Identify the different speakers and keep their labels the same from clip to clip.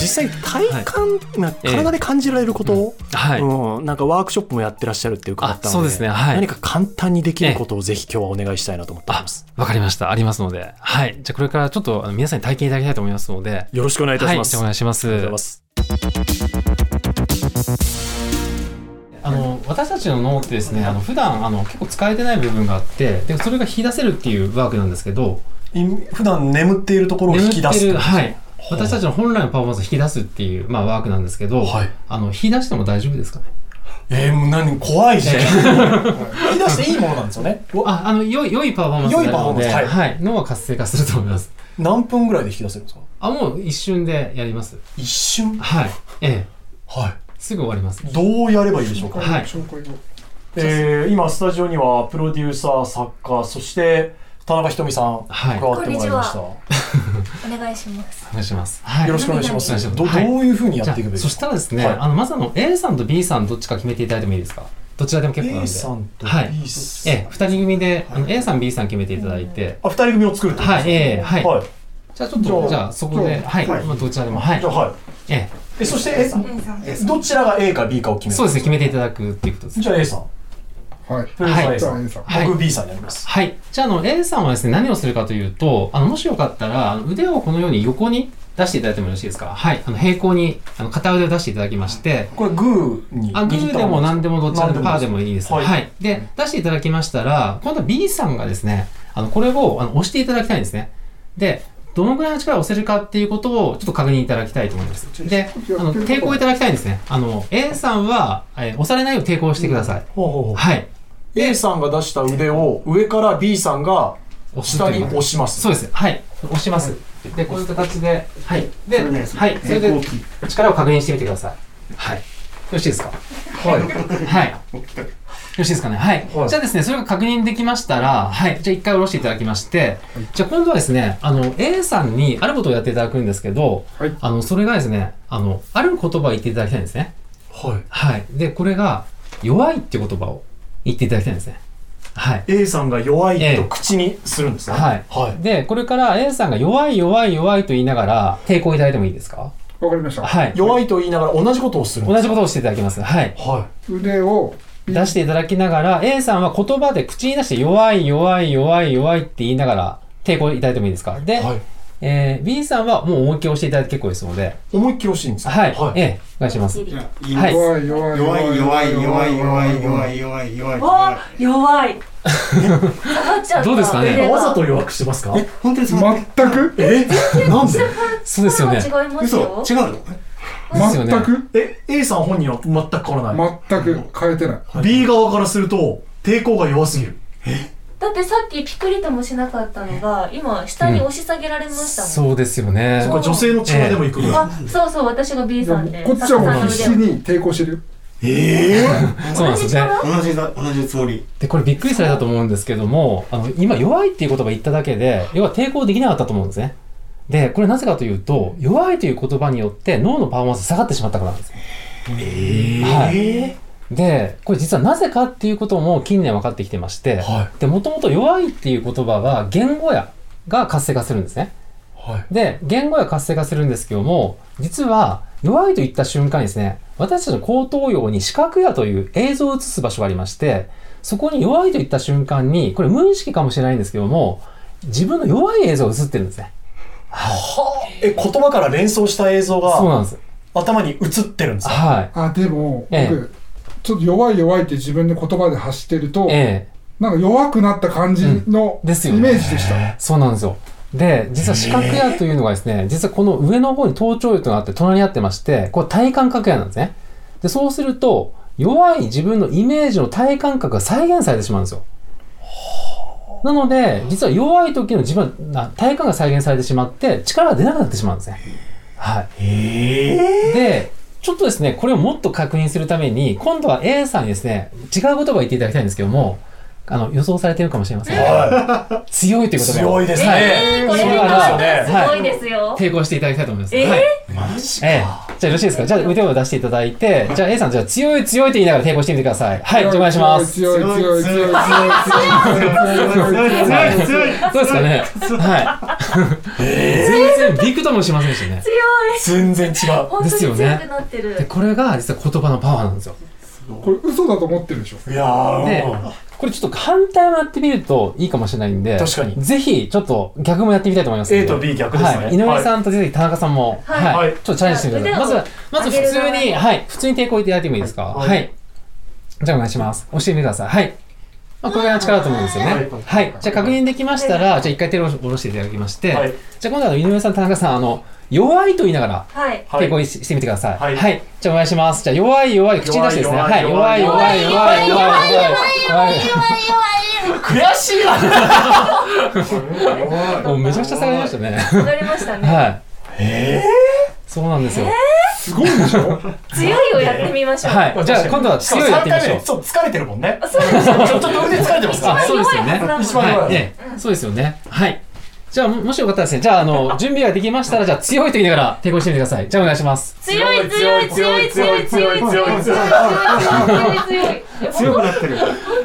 Speaker 1: 実際体感、な体で感じられること、
Speaker 2: はい、
Speaker 1: うん、なんかワークショップもやってらっしゃるっていう伺ったので
Speaker 2: あそうですねはい
Speaker 1: 何か簡単にできることをぜひ今日はお願いしたいなと思っております。
Speaker 2: わかりました。ありますので。はい。じゃあこれからちょっとあの皆さんに体験いただきたいと思いますので。
Speaker 1: よろしくお願いいたします。
Speaker 2: はい、じゃあお願いします。
Speaker 1: ありがとうございます。
Speaker 2: あの私たちの脳ってですね、あの普段あの結構使えてない部分があって、でそれが引き出せるっていうワークなんですけど、
Speaker 1: 普段眠っているところを引き出す
Speaker 2: 眠ってるはい。
Speaker 1: う
Speaker 2: 私たちの本来のパフォーマンスを引き出すっていう、まあ、ワークなんですけど、
Speaker 1: はい
Speaker 2: あの引き出しても大丈夫ですかね
Speaker 1: えー、もう何怖いじゃん。
Speaker 2: え
Speaker 1: 引き出していいものなんですよね。お
Speaker 2: ああの良い良いパフォーマンスになる
Speaker 1: 良
Speaker 2: ので
Speaker 1: いパフォーマンス
Speaker 2: はい、脳は活性化すると思います
Speaker 1: 何分ぐらいで引き出せるんですか
Speaker 2: あもう一瞬でやります
Speaker 1: 一瞬
Speaker 2: はいええ
Speaker 1: は
Speaker 2: すぐ終わります
Speaker 1: い。どうやればいいでしょうか、
Speaker 2: はい
Speaker 3: 紹介を
Speaker 1: えー、今スタジオにはプロデューサー、作家、そして田中ひとみさん、
Speaker 2: はい
Speaker 1: 加わってもらいました。よ
Speaker 4: お願いします。
Speaker 2: お願いします、はい、
Speaker 1: ろしくお願いしま
Speaker 2: お願いし
Speaker 1: す。
Speaker 2: ます
Speaker 1: どど
Speaker 2: はいう
Speaker 1: いうふうにや
Speaker 2: じゃ
Speaker 1: っていくべ
Speaker 2: あ
Speaker 1: き
Speaker 2: そ
Speaker 1: で
Speaker 2: し
Speaker 1: すか
Speaker 2: たらですね、
Speaker 1: はい
Speaker 2: あのまずあの A さんと B さんどっちか決めていただいてもいいですかどちらでも結構な
Speaker 1: A
Speaker 2: んで
Speaker 1: さんと
Speaker 2: はい
Speaker 1: B さん。
Speaker 2: ええ、二人組で、あの A さん B さん決めていただいて、
Speaker 1: あ、二人組を作るってこと
Speaker 2: はいええはい
Speaker 1: はい。
Speaker 2: じゃあちょっとじ
Speaker 1: じゃあ
Speaker 2: ゃあそこで
Speaker 1: じゃあ
Speaker 2: はい、
Speaker 1: はい
Speaker 2: まあ、どちらでもはい
Speaker 1: じゃあ、はい。
Speaker 2: え
Speaker 1: え、そして A さん。
Speaker 4: は
Speaker 1: どちらが A か B かを決
Speaker 2: え
Speaker 1: める
Speaker 2: そうですね決めていただくっていうことです
Speaker 1: じゃあ A さん。
Speaker 3: はい。
Speaker 1: プロデューサー A
Speaker 3: じ
Speaker 1: さ
Speaker 3: ゃあ、
Speaker 1: ん。
Speaker 3: A さん。
Speaker 2: はい
Speaker 1: 僕 B さんになります。
Speaker 2: はい。じゃあ、あの、A さんはですね、何をするかというと、あの、もしよかったら、あの腕をこのように横に出していただいてもよろしいですかはい。あの、平行に、あの、片腕を出していただきまして、
Speaker 1: これグーに
Speaker 2: あ、グーでも何でもどっちらでもパーでもいいです。
Speaker 1: は
Speaker 2: はいい、で、出していただきましたら、今度は B さんがですね、あの、これをあの押していただきたいんですね。で、どのぐらいの力を押せるかっていうことをちょっと確認いただきたいと思います。で、あの、抵抗いただきたいんですね。あの、A さんは、えー押されないように抵抗してください。
Speaker 1: ほうほうほう
Speaker 2: はい。
Speaker 1: A さんが出した腕を上から B さんが下に押します。
Speaker 2: そうです。はい。押します。で、こういう形で、はい。で、はい。それで、力を確認してみてください。はい。よろしいですか
Speaker 1: はい。
Speaker 2: はい。よろしいですかねはい。
Speaker 1: はい
Speaker 2: じゃあですね、それが確認できましたら、はい。じゃあ一回下ろしていただきまして、じゃあ今度はですね、あの、A さんにあることをやっていただくんですけど、
Speaker 3: はい
Speaker 2: あの、それがですね、あの、ある言葉を言っていただきたいんですね。
Speaker 1: は
Speaker 2: はい。で、これが、弱いっていう言葉を言っていただきたいんですね。はい。
Speaker 1: い。A さんが弱い
Speaker 2: え
Speaker 1: と
Speaker 2: え
Speaker 1: 口にするんですね。
Speaker 2: はい。
Speaker 1: はい。
Speaker 2: で、これから A さんが弱い弱い弱いと言いながら抵抗いただいてもいいですか
Speaker 3: わかりました。
Speaker 2: はい。
Speaker 1: 弱いと言いながら同じことをするんで
Speaker 2: 同
Speaker 1: す。
Speaker 2: じことをしていただきます。はい。
Speaker 1: は
Speaker 3: 腕を、
Speaker 2: 出していただきながら、A さんは言葉で口に出して弱い弱い弱い弱いって言いながら抵抗いただいてもいいですかで、
Speaker 1: い。はい。
Speaker 2: えー B さんはもう思いっきり押していただいて結構ですので、
Speaker 1: 思いっきり押していいんですか
Speaker 2: はい。
Speaker 1: はい。
Speaker 2: ええ、お願いします。
Speaker 5: いやいい
Speaker 2: はい。
Speaker 3: 弱い弱い
Speaker 5: 弱い弱い弱い弱い弱
Speaker 3: い。
Speaker 5: い弱い弱い弱い
Speaker 6: わあ弱 い
Speaker 4: 下がっちゃった。
Speaker 2: どうですかね
Speaker 4: 腕が
Speaker 1: わざと弱くしてますか
Speaker 5: え本当にその
Speaker 3: 全く
Speaker 1: えなんで
Speaker 2: そうですよね。
Speaker 4: 違います
Speaker 5: 嘘
Speaker 4: よ。
Speaker 5: 違うの
Speaker 2: ですよね
Speaker 3: 全く
Speaker 1: え、A さん本人は全く変わらない。
Speaker 3: 全く変えてない。
Speaker 1: B 側からすると抵抗が弱すぎる。
Speaker 4: だってさっきピクリともしなかったのが、今下に押し下げられましたもん。
Speaker 2: そうですよね
Speaker 1: そ。こは女性の力でもいくぐらい。
Speaker 4: あ、そうそう、私が B さんで。
Speaker 3: こっちはもう必死
Speaker 4: 作家さんの腕を
Speaker 3: に抵抗してるよ。
Speaker 1: ええ
Speaker 2: そうなんですよね。
Speaker 5: 同じだ同じつもり
Speaker 2: で、これびっくりされたと思うんですけども、あの、今弱いっていう言葉言っただけで、要は抵抗できなかったと思うんですね。で、これなぜかというと、弱いという言葉によって脳のパフォーマンスが下がってしまったからなんですよ。はい。で、これ実はなぜかっていうことも近年分かってきてまして、
Speaker 1: は
Speaker 2: で、もともと弱いっていう言葉は言語やが活性化するんですね。
Speaker 1: はい。
Speaker 2: で、言語や活性化するんですけども、実は弱いと言った瞬間にですね、私たちの後頭葉に視覚やという映像を映す場所がありまして、そこに弱いと言った瞬間に、これ無意識かもしれないんですけども、自分の弱い映像が映ってるんですね。
Speaker 1: え、言葉から連想した映像
Speaker 2: そう
Speaker 1: が
Speaker 2: なんです。
Speaker 1: 頭に映ってるんですか
Speaker 2: は
Speaker 3: あ、でも、
Speaker 2: ええ
Speaker 3: 僕、ちょっと弱い弱いって自分で言葉で発してる
Speaker 2: い。、
Speaker 3: と
Speaker 2: ええ
Speaker 3: なんか弱くなった感じの
Speaker 2: うんです
Speaker 3: イ
Speaker 2: よね
Speaker 3: メージでした。
Speaker 2: そうなんですよ。で、実は視覚野というのがですね、実はこの上の方に頭頂葉というのがあって、隣にあってまして、これ体感覚野なんですね。で、そうすると、弱い自分のイメージの体感覚が再現されてしまうんですよ。なので、実は弱い時の自分な体感が再現されてしまって、力が出なくなってしまうんですね。はい。で、ちょっとですね、これをもっと確認するために、今度は A さんにですね、違う言葉を言っていただきたいんですけども、あの、予想されてるかもしれません。
Speaker 1: は
Speaker 2: 強いという
Speaker 1: い。
Speaker 2: こと
Speaker 1: 強いですね。
Speaker 4: えー、これ
Speaker 2: そう
Speaker 4: 見
Speaker 2: なん
Speaker 4: た
Speaker 2: ですよね
Speaker 4: らすごいですよ。
Speaker 2: 抵抗していただきたいと思います。
Speaker 4: えー
Speaker 2: はい。
Speaker 1: マジ
Speaker 2: ええ。じゃあよろしいですかじゃあ腕を出していただいて、じゃあ A さん、じゃあ強い強いと言いながら抵抗してみてください。はい、じゃあお願いします。
Speaker 3: 強い強い強い強い強い強い強い強い強い強い強い
Speaker 2: どうですかねはい。全然ビクともしませんしね。
Speaker 1: 全然違う。
Speaker 4: 本当に
Speaker 2: ですよ
Speaker 4: 強く
Speaker 2: ね
Speaker 4: なってる。
Speaker 2: で、これが実は言葉のパワーなんですよ。
Speaker 3: これ嘘だと思ってるでしょ
Speaker 1: いやー、
Speaker 2: ね
Speaker 1: うん
Speaker 2: これちょっと反対もやってみるといいかもしれないんで、
Speaker 1: 確かに
Speaker 2: ぜひちょっと逆もやってみたいと思いますので。
Speaker 1: A と B 逆ですね。
Speaker 2: はい、井上さんとぜひ田中さんも、
Speaker 4: はい
Speaker 1: はい
Speaker 2: ちょっとチャレンジしてみてください。まず
Speaker 4: じゃあ
Speaker 2: は、まず
Speaker 4: 腕を
Speaker 2: 普通
Speaker 4: 上げ
Speaker 2: に、
Speaker 4: る側
Speaker 2: はい、普通に抵抗いただいてもいいですか。は。
Speaker 1: はいい
Speaker 2: じゃあお願いします。押してみてください。はい。まあ、これが力だと思うんですよね。は
Speaker 1: はいい。
Speaker 2: じゃあ確認できましたら、じゃあ一回手を下ろしていただきまして、
Speaker 1: はい
Speaker 2: じゃあ今度は井上さん、田中さん、あの、弱いと言いながら、
Speaker 4: はい。
Speaker 1: はい
Speaker 2: 抵抗ししてみてください。は。
Speaker 1: はいい
Speaker 2: じゃあお願いします。じゃあ弱い弱い、口に出してですね。
Speaker 1: 弱い
Speaker 2: はい。弱
Speaker 1: 弱
Speaker 2: い
Speaker 1: い
Speaker 2: 弱い弱い弱い弱い弱い。
Speaker 1: 悔しいわ。
Speaker 2: もうめちゃくちゃ下がりましたね。
Speaker 4: 上がりましたね。
Speaker 2: はい。
Speaker 1: え
Speaker 2: そうなんですよ。
Speaker 3: すごいでしょ
Speaker 4: 強いをやってみましょう。
Speaker 2: は
Speaker 1: ー
Speaker 2: い。じゃあ今度は
Speaker 1: しかも
Speaker 2: 強いやってみましょう
Speaker 1: 三回目。そう疲れてるもんね。
Speaker 4: あそうですよね。
Speaker 1: ちょっと腕疲れてます
Speaker 2: あ
Speaker 1: か。
Speaker 2: そうですよね
Speaker 1: 一番
Speaker 2: は
Speaker 1: 弱
Speaker 2: い、
Speaker 1: い
Speaker 2: ええそうですよね。はい。じゃあ、ももしよかったらですね、じゃあ、あの、準備ができましたら、じゃあ、強いと言いながら、抵抗してみてください。じゃあ、お願いします。
Speaker 4: 強い強い強い強い強い強い強い強い強い強い強い強い。
Speaker 5: 強くなってる。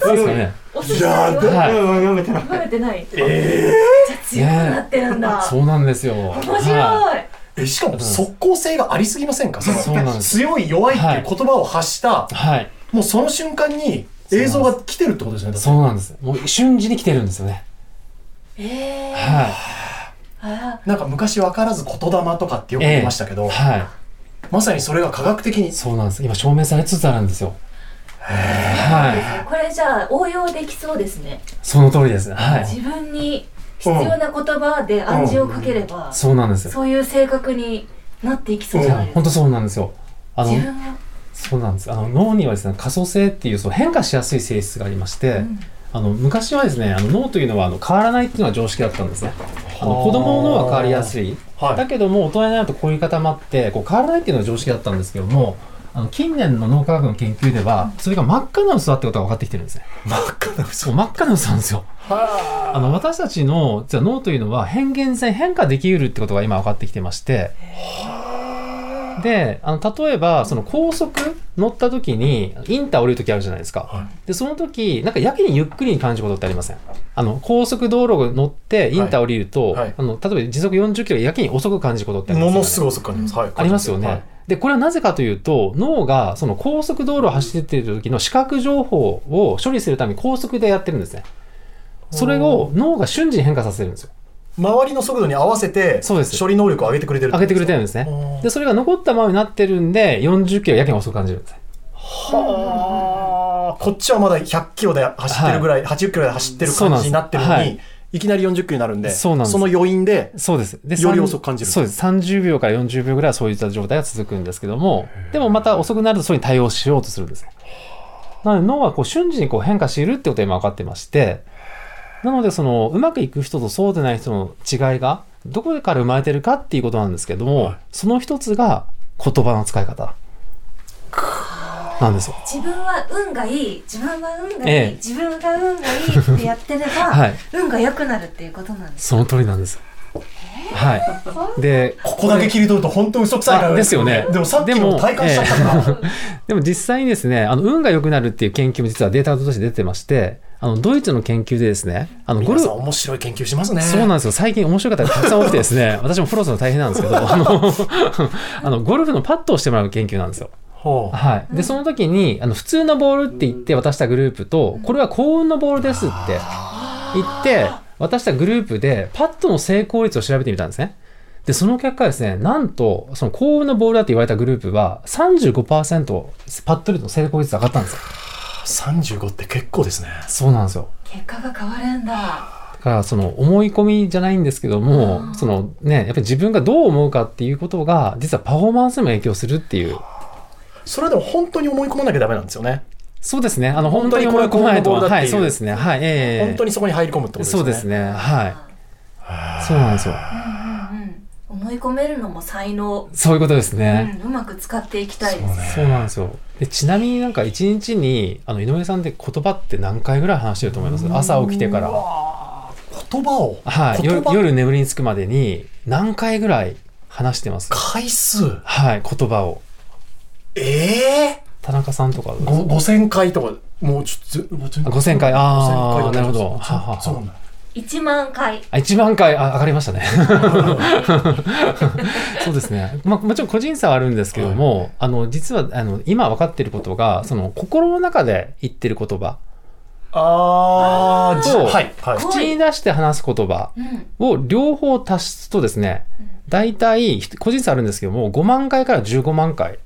Speaker 2: そうですかね。
Speaker 4: おすすめは
Speaker 2: だはい
Speaker 5: うん読めてない。
Speaker 4: バレてない。
Speaker 1: え
Speaker 4: 強くなってるんだ。
Speaker 2: そうなんですよ。面
Speaker 4: 面白い。
Speaker 1: ーえしかも即効性がありすぎませんか。その
Speaker 2: そうなんです
Speaker 1: 強い弱いっていう言葉を発した
Speaker 2: はい。
Speaker 1: もうその瞬間に映像が来てるってことですよね。
Speaker 2: そうなんです。もう、瞬時に来てるんですよね。
Speaker 4: ええ。
Speaker 2: は
Speaker 4: あ
Speaker 1: なんか昔分からず言霊とかってよく
Speaker 2: い。え
Speaker 1: 言い
Speaker 2: え
Speaker 1: ましたけど、
Speaker 2: は
Speaker 1: まさにそれが科学的に
Speaker 2: い。そうなんです。今、証明されつつあるんですよ。はい。
Speaker 4: あ。これじゃあ応用できそうですね。
Speaker 2: その通りです。はい。
Speaker 4: 自分に必要な言葉で暗示をかければ、
Speaker 2: そうなんですよ。
Speaker 4: そういう性格になっていきそうじゃないです
Speaker 2: 本
Speaker 4: か。
Speaker 2: 当そうなんですよ。あの
Speaker 4: 自、分は。
Speaker 2: そうなんです。あの、脳にはですね、可塑性っていう、その変化しやすい性質がありまして、あの昔はですねあの脳というのはあの変わらないっていうのが常識だったんですねあの
Speaker 1: はあ
Speaker 2: 子供の脳は変わりやすい、
Speaker 1: はい
Speaker 2: だけども大人になるとこういう固まってこう変わらないっていうのが常識だったんですけどもあの近年の脳科学の研究ではそれが真っ赤な嘘だってことが分かってきてるんですね
Speaker 1: 真っ赤な嘘
Speaker 2: そう真っ赤な嘘なんですよあの私たちの実は脳というのは変幻性変化できうるってことが今分かってきてましてであの例えばその高速乗った時にインター降りる時あるじゃないですか、
Speaker 1: は
Speaker 2: でその時なんかやけにゆっくりに感じることってありませんあの高速道路乗ってインター降りる
Speaker 1: は
Speaker 2: と、
Speaker 1: いはい
Speaker 2: あの例えば時速40キロやけに遅く感じることってあります
Speaker 1: も
Speaker 2: よね
Speaker 1: のすごい遅く感じます、はい、
Speaker 2: ありますよね、
Speaker 1: はい
Speaker 2: でこれはなぜかというと脳がその高速道路を走っている時の視覚情報を処理するために高速でやってるんですねそれを脳が瞬時に変化させるんですよ
Speaker 1: 周りの速度に合わせて
Speaker 2: そうです
Speaker 1: 処理能力を上げてくれてる
Speaker 2: 上げてくれて
Speaker 1: る
Speaker 2: るんですね
Speaker 1: あー
Speaker 2: でそれが残ったままになってるんで40キロやけに遅く感じるんですね
Speaker 1: はあこっちはまだ100キロで走ってるぐらい、80キロで走ってる
Speaker 2: そうなん
Speaker 1: 感
Speaker 2: です
Speaker 1: じになってるのに、
Speaker 2: はい
Speaker 1: い、きなり40キロになるんで
Speaker 2: そうなんです
Speaker 1: の余韻で
Speaker 2: そうです。で
Speaker 1: より
Speaker 2: さん
Speaker 1: 遅く感じる
Speaker 2: そうです。30秒から40秒ぐらいはそういった状態が続くんですけども、でもまた遅くなるとそれに対応しようとするんですね。なので脳はこう瞬時にこう変化しているってことが今分かってまして、なのでそのうまくいく人とそうでない人の違いがどこから生まれてるかっていうことなんですけども、その一つが言葉の使い方なんですよ。
Speaker 4: 自分は運がいい自分は運がいい、
Speaker 2: ええ
Speaker 4: 自分が運がいいってやってれば、
Speaker 2: はい
Speaker 4: 運が良くなるっていうことなんです
Speaker 2: その通りなんです。はい。で、
Speaker 1: ここだけ切り取ると本当嘘くさいから
Speaker 2: あですよね
Speaker 1: でもさっき
Speaker 2: でも
Speaker 1: も体感しちゃったから、
Speaker 2: でも実際にですね、あの、運が良くなるっていう研究も実はデータとして出てまして、あの、ドイツの研究でですね、あの、
Speaker 1: 皆
Speaker 2: ゴル
Speaker 1: さん
Speaker 2: フ、
Speaker 1: 面白い研究しますね
Speaker 2: そうなんですよ。最近面白い方がたくさん多くてですね、私もフォローするの大変なんですけど、あの、 あの、ゴルフのパットをしてもらう研究なんですよ。
Speaker 1: ほう
Speaker 2: はい。で、その時に、あの、普通のボールって言って渡したグループと、これは幸運のボールですって言って、渡したグループで、パットの成功率を調べてみたんですね。で、その結果ですね、なんと、その幸運のボールだって言われたグループは35%、パット率の成功率が上がったんですよ。
Speaker 1: 35って結構ですね
Speaker 2: そうなんですよ。
Speaker 4: 結果が変わるんだ
Speaker 2: だから、その思い込みじゃないんですけども、そのね、やっぱり自分がどう思うかっていうことが、実はパフォーマンスにも影響するっていう。
Speaker 1: それでも本当に思い込まなきゃダメなんですよね
Speaker 2: そうですね。あの、本
Speaker 1: 本
Speaker 2: 当
Speaker 1: 当
Speaker 2: に
Speaker 1: に
Speaker 2: 思い込まないと。
Speaker 1: これが幸運のボールだっ
Speaker 2: は
Speaker 1: て
Speaker 2: い、
Speaker 1: いう
Speaker 2: そうですね。はい、ええ
Speaker 1: 本当にそこに入り込むってことです
Speaker 2: そ
Speaker 1: よね
Speaker 2: うですね。はい。そうなんですよ。
Speaker 4: うんうん思い込めるのも才能、
Speaker 2: そういうことですね。
Speaker 4: うん、うまく使っていきたいです、
Speaker 2: そうなんですよ。でちなみになんか一日にあの井上さんって言葉って何回ぐらい話してると思います朝起きてから、は
Speaker 1: 言葉を、
Speaker 2: い、
Speaker 1: 言
Speaker 2: 夜
Speaker 1: 葉
Speaker 2: 夜眠りにつくまでに何回ぐらい話してます
Speaker 1: 回数
Speaker 2: はい、言葉を。
Speaker 1: ええ
Speaker 2: 田中さんとかどう
Speaker 1: ー、
Speaker 2: です
Speaker 1: ご5000回とかもうちょっとぜ
Speaker 2: あ5000回あ
Speaker 1: 5000回
Speaker 2: ー
Speaker 1: とか
Speaker 2: なるほど
Speaker 1: そう
Speaker 2: ははは
Speaker 1: そうなんだ
Speaker 4: 1万回
Speaker 2: あ1万回あ上がりましたね そうですね、まあ、もちろん個人差はあるんですけども、あの実はあの今分かっていることがその心の中で言ってる言葉
Speaker 1: あー、じ
Speaker 2: そう
Speaker 1: はい、はい。
Speaker 4: こ
Speaker 2: 口に出して話す言葉
Speaker 4: うん
Speaker 2: を両方足すとですね大体ひ個人差あるんですけども5万回から15万回、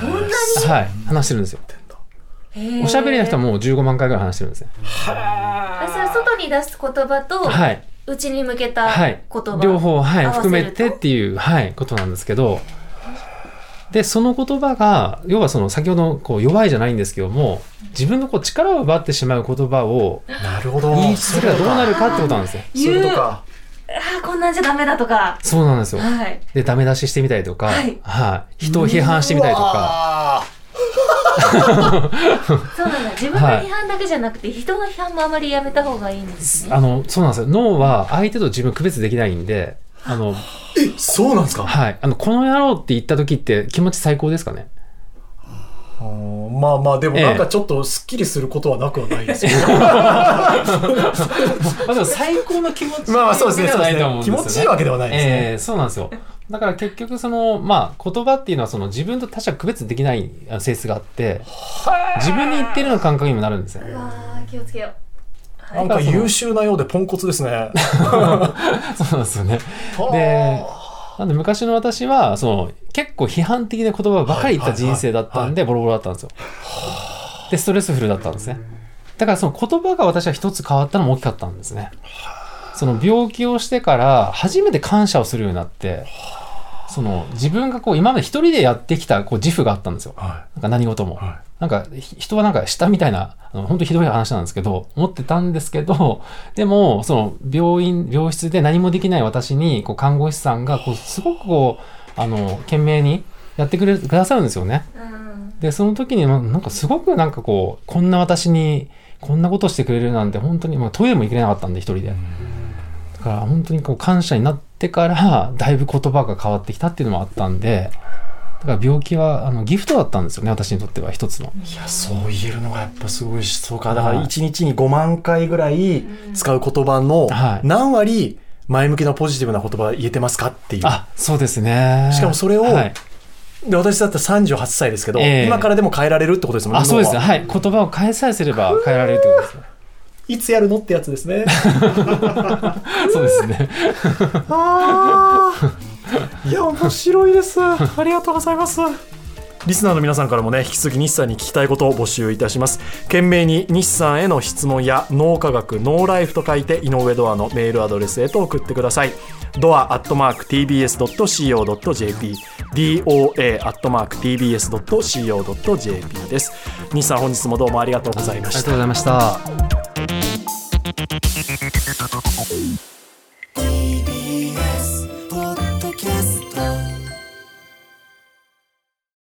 Speaker 4: そんなに
Speaker 2: はい、話してるんですよ
Speaker 4: へー
Speaker 2: おしゃべりな人はもう15万回ぐらい話してるんですね
Speaker 4: あそれは外に出す言葉と
Speaker 2: はい
Speaker 4: 内に向けた
Speaker 2: は
Speaker 4: 言
Speaker 2: い
Speaker 4: 葉、
Speaker 2: 両方、はい、
Speaker 4: 合わせると
Speaker 2: 含めてっていう、はい、ことなんですけどでその言葉が要はその先ほどこう弱いじゃないんですけども自分のこう力を奪ってしまう言葉を
Speaker 1: なるほど。
Speaker 2: 言い続けたらどうなるかってことなんですよ。
Speaker 1: そういうこと
Speaker 4: あ
Speaker 1: か。
Speaker 4: あこんなんじゃダメだとか
Speaker 2: そうなんですよ
Speaker 4: はい
Speaker 2: でダメ出ししてみたりとか、
Speaker 4: はい
Speaker 2: はい人を批判してみたりとか
Speaker 1: か。
Speaker 4: そうなんだ自分の批判だけじゃなくて、人の批判もあまりやめた方がいいんですね
Speaker 2: あのそうなんですよ脳は相手と自分区別できないんであの、
Speaker 1: え、そうなんですか
Speaker 2: はい、あのこの野郎って言った時って気持ち最高ですかね
Speaker 1: あーまあまあ、でも
Speaker 2: ええ
Speaker 1: なんかちょっとスッキリすることはなくはないですよ。
Speaker 2: まあでも最高の気持ち
Speaker 1: まあまあそうですね、
Speaker 2: で
Speaker 1: そ
Speaker 2: は
Speaker 1: う
Speaker 2: な
Speaker 1: で
Speaker 2: い
Speaker 1: す
Speaker 2: と思うん
Speaker 1: ね。気
Speaker 2: ですよね
Speaker 1: 持ちいいわけではないですね。
Speaker 2: ええそうなんですよ。だから結局その、まあ、言葉っていうのはその自分と他者区別できないあ性質があって、自分に言ってるような感覚にもなるんですよ。
Speaker 4: わあ気をつけよう、
Speaker 1: な
Speaker 4: は
Speaker 1: いんか優秀なようでポンコツですね。
Speaker 2: そうなんですよね。で、なんで昔の私は、その結構批判的な言葉ばかり言った人生だったんで、ボロボロだったんですよ。で、ストレスフルだったんですね。だからその言葉が私は一つ変わったのも大きかったんですね。その病気をしてから初めて感謝をするようになって、その自分がこう今まで一人でやってきたこう自負があったんですよ。
Speaker 1: は
Speaker 2: なんか何事も。
Speaker 1: は
Speaker 2: なんかひ人はなんか下みたいな、あの本当ひどい話なんですけど、思ってたんですけど、でも、その病院、病室で何もできない私に、こう看護師さんが、こう、すごくこう、あの、懸命にやってくれる、くださるんですよね。
Speaker 4: うん
Speaker 2: で、その時に、まなんかすごくなんかこう、こんな私に、こんなことしてくれるなんて、本当に、まあ、トイレも行けなかったんで、一人で。だから、本当にこう、感謝になってから、だいぶ言葉が変わってきたっていうのもあったんで、だから病気は、あの、ギフトだったんですよね、私にとっては、一つの。
Speaker 1: い。いや、そう言えるのがやっぱすごいし、そうか。だから1日に5万回ぐらい使う言葉の
Speaker 2: はい
Speaker 1: 何割前向きなポジティブな言葉言えてますかっていう。
Speaker 2: あそうですね
Speaker 1: しかもそれを
Speaker 2: はい
Speaker 1: で私だったら38歳ですけど、
Speaker 2: ええ
Speaker 1: 今からでも変えられるってことですもん
Speaker 2: あそうですね
Speaker 1: 脳は
Speaker 2: はい言葉を変えさえすれば変えられるってことです ね
Speaker 1: いつやるのってやつですね。
Speaker 2: そうですね
Speaker 1: あーいや面白いですありがとうございますリスナーの皆さんからもね引き続き西さんに聞きたいことを募集いたします懸命に西さんへの質問や脳科学ノーライフと書いて井上ドアのメールアドレスへと送ってくださいドアアットマーク TBS.CO.JP DOA アットマーク TBS.CO.JP です西さん本日もどうもありがとうございま
Speaker 2: ありが
Speaker 1: し
Speaker 2: と
Speaker 1: た
Speaker 2: うございました